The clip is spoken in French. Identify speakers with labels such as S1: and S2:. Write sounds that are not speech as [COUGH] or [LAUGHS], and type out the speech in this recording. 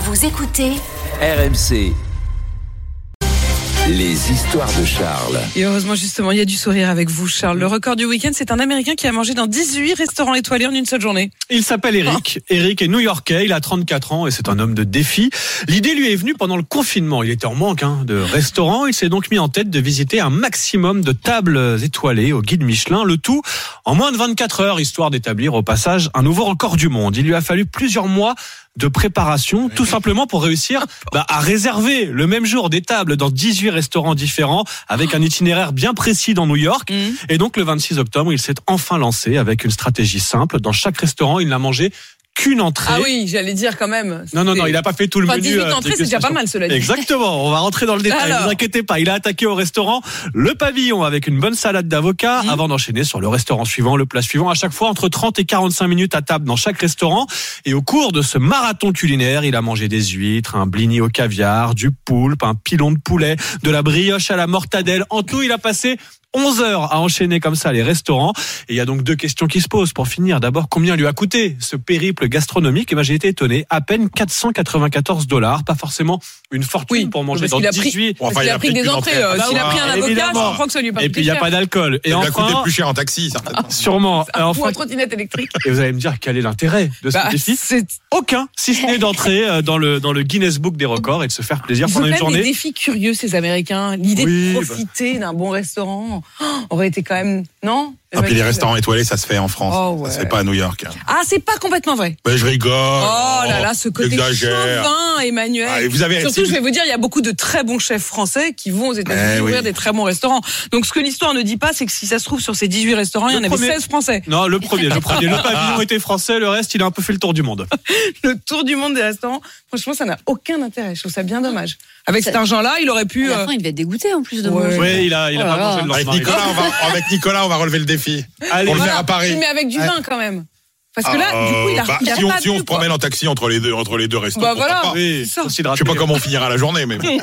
S1: Vous écoutez
S2: RMC. Les histoires de Charles.
S3: Et heureusement, justement, il y a du sourire avec vous, Charles. Le record du week-end, c'est un Américain qui a mangé dans 18 restaurants étoilés en une seule journée.
S4: Il s'appelle Eric. Eric est new-yorkais, il a 34 ans et c'est un homme de défi. L'idée lui est venue pendant le confinement. Il était en manque hein, de restaurants. Il s'est donc mis en tête de visiter un maximum de tables étoilées au guide Michelin. Le tout en moins de 24 heures, histoire d'établir au passage un nouveau record du monde. Il lui a fallu plusieurs mois de préparation, tout simplement pour réussir bah, à réserver le même jour des tables dans 18 restaurants différents avec un itinéraire bien précis dans New York. Et donc le 26 octobre, il s'est enfin lancé avec une stratégie simple. Dans chaque restaurant, il n'a mangé qu'une entrée.
S3: Ah oui, j'allais dire quand même.
S4: Non, non, non, il n'a pas fait tout le
S3: Enfin,
S4: menu.
S3: 18
S4: euh,
S3: entrées, c'est déjà pas mal, cela dit.
S4: Exactement, on va rentrer dans le détail, ne
S3: Alors.
S4: vous inquiétez pas. Il a attaqué au restaurant le pavillon avec une bonne salade d'avocat
S3: Mm.
S4: avant d'enchaîner sur le restaurant suivant, le plat suivant. À chaque fois, entre 30 et 45 minutes à table dans chaque restaurant. Et au cours de ce marathon culinaire, il a mangé des huîtres, un blini au caviar, du poulpe, un pilon de poulet, de la brioche à la mortadelle. En tout, il a passé 11 heures à enchaîner comme ça les restaurants. Et il y a donc deux questions qui se posent pour finir. D'abord, combien lui a coûté ce périple gastronomique Et ben, j'ai été étonné. À peine 494 dollars. Pas forcément une fortune
S3: Oui,
S4: pour manger
S3: parce
S4: dans
S3: qu'il a pris-
S4: 18.
S3: Parce qu'il a, pris, des
S5: qu'une
S3: entrées. euh,
S5: entrée.
S3: S'il a pris un
S4: Ah,
S3: avocat, je
S4: évidemment.
S3: comprends que ça lui a pas
S4: Et
S3: coûté
S4: puis, il n'y a
S3: cher.
S4: pas d'alcool. Et
S5: Il a coûté
S4: enfin, Ah,
S5: plus cher en taxi,
S3: Ah,
S5: certainement.
S4: sûrement. Et
S3: Ou
S4: enfin,
S3: en trottinette électrique.
S4: et vous allez me dire quel est l'intérêt de ce
S3: Bah,
S4: défi
S3: c'est
S4: Aucun, si
S3: [LAUGHS]
S4: ce n'est d'entrer euh, dans le, dans le Guinness Book des records et de se faire plaisir
S3: Ils ont
S4: pendant
S3: quand même
S4: une
S3: des
S4: journée.
S3: défis curieux, ces Américains. L'idée
S4: Oui,
S3: de
S4: bah.
S3: profiter d'un bon restaurant oh, aurait été quand même. Non
S4: Ah,
S5: Et puis les restaurants étoilés, ça se fait en France.
S3: Oh, ouais.
S5: Ça se fait pas à New York. hein.
S3: Ah, c'est pas complètement vrai.
S5: Mais je rigole.
S3: Oh, là là, ce côté
S5: j'exagère.
S3: chauvin, Emmanuel.
S5: Ah, et vous avez
S3: Surtout,
S5: si vous-
S3: je vais vous dire, il y a beaucoup de très bons chefs français qui vont aux États-Unis
S5: Eh
S3: ouvrir
S5: oui.
S3: des très bons restaurants. Donc, ce que l'histoire ne dit pas, c'est que si ça se trouve sur ces 18 restaurants, il y en
S4: Le
S3: avait
S4: premier.
S3: 16
S5: [LAUGHS]
S3: français.
S4: Non, le premier, le premier. Le pavillon était français, le reste, il a un peu fait le tour du monde.
S3: Le tour du monde des restaurants, franchement, ça n'a aucun intérêt. Je trouve ça bien dommage. Avec cet argent-là, il aurait pu.
S6: À
S3: euh,
S6: la fin, il devait être dégoûté en plus de
S3: Ouais.
S6: manger.
S4: Oui, il a, il a
S6: Oh là
S4: pas mangé
S6: là.
S4: le
S5: Avec
S4: lendemain.
S5: Nicolas, on va, oh, avec Nicolas, on va relever le défi.
S4: Allez,
S5: on le
S4: voilà.
S5: faire à Paris.
S3: Mais avec du
S5: Ouais.
S3: vin quand même. Parce que là,
S5: Ah,
S3: du coup, il a,
S5: bah,
S3: il a
S5: si
S3: pas
S5: on, si on
S3: bu,
S5: se
S3: quoi.
S5: promène en taxi entre les deux, entre les deux restos,
S3: Bah
S5: pourquoi
S3: voilà.
S5: pas.
S4: Oui,
S3: C'est ça.
S4: faut s'y
S5: Je sais
S4: rappeler.
S5: pas comment on finira la journée, mais bon.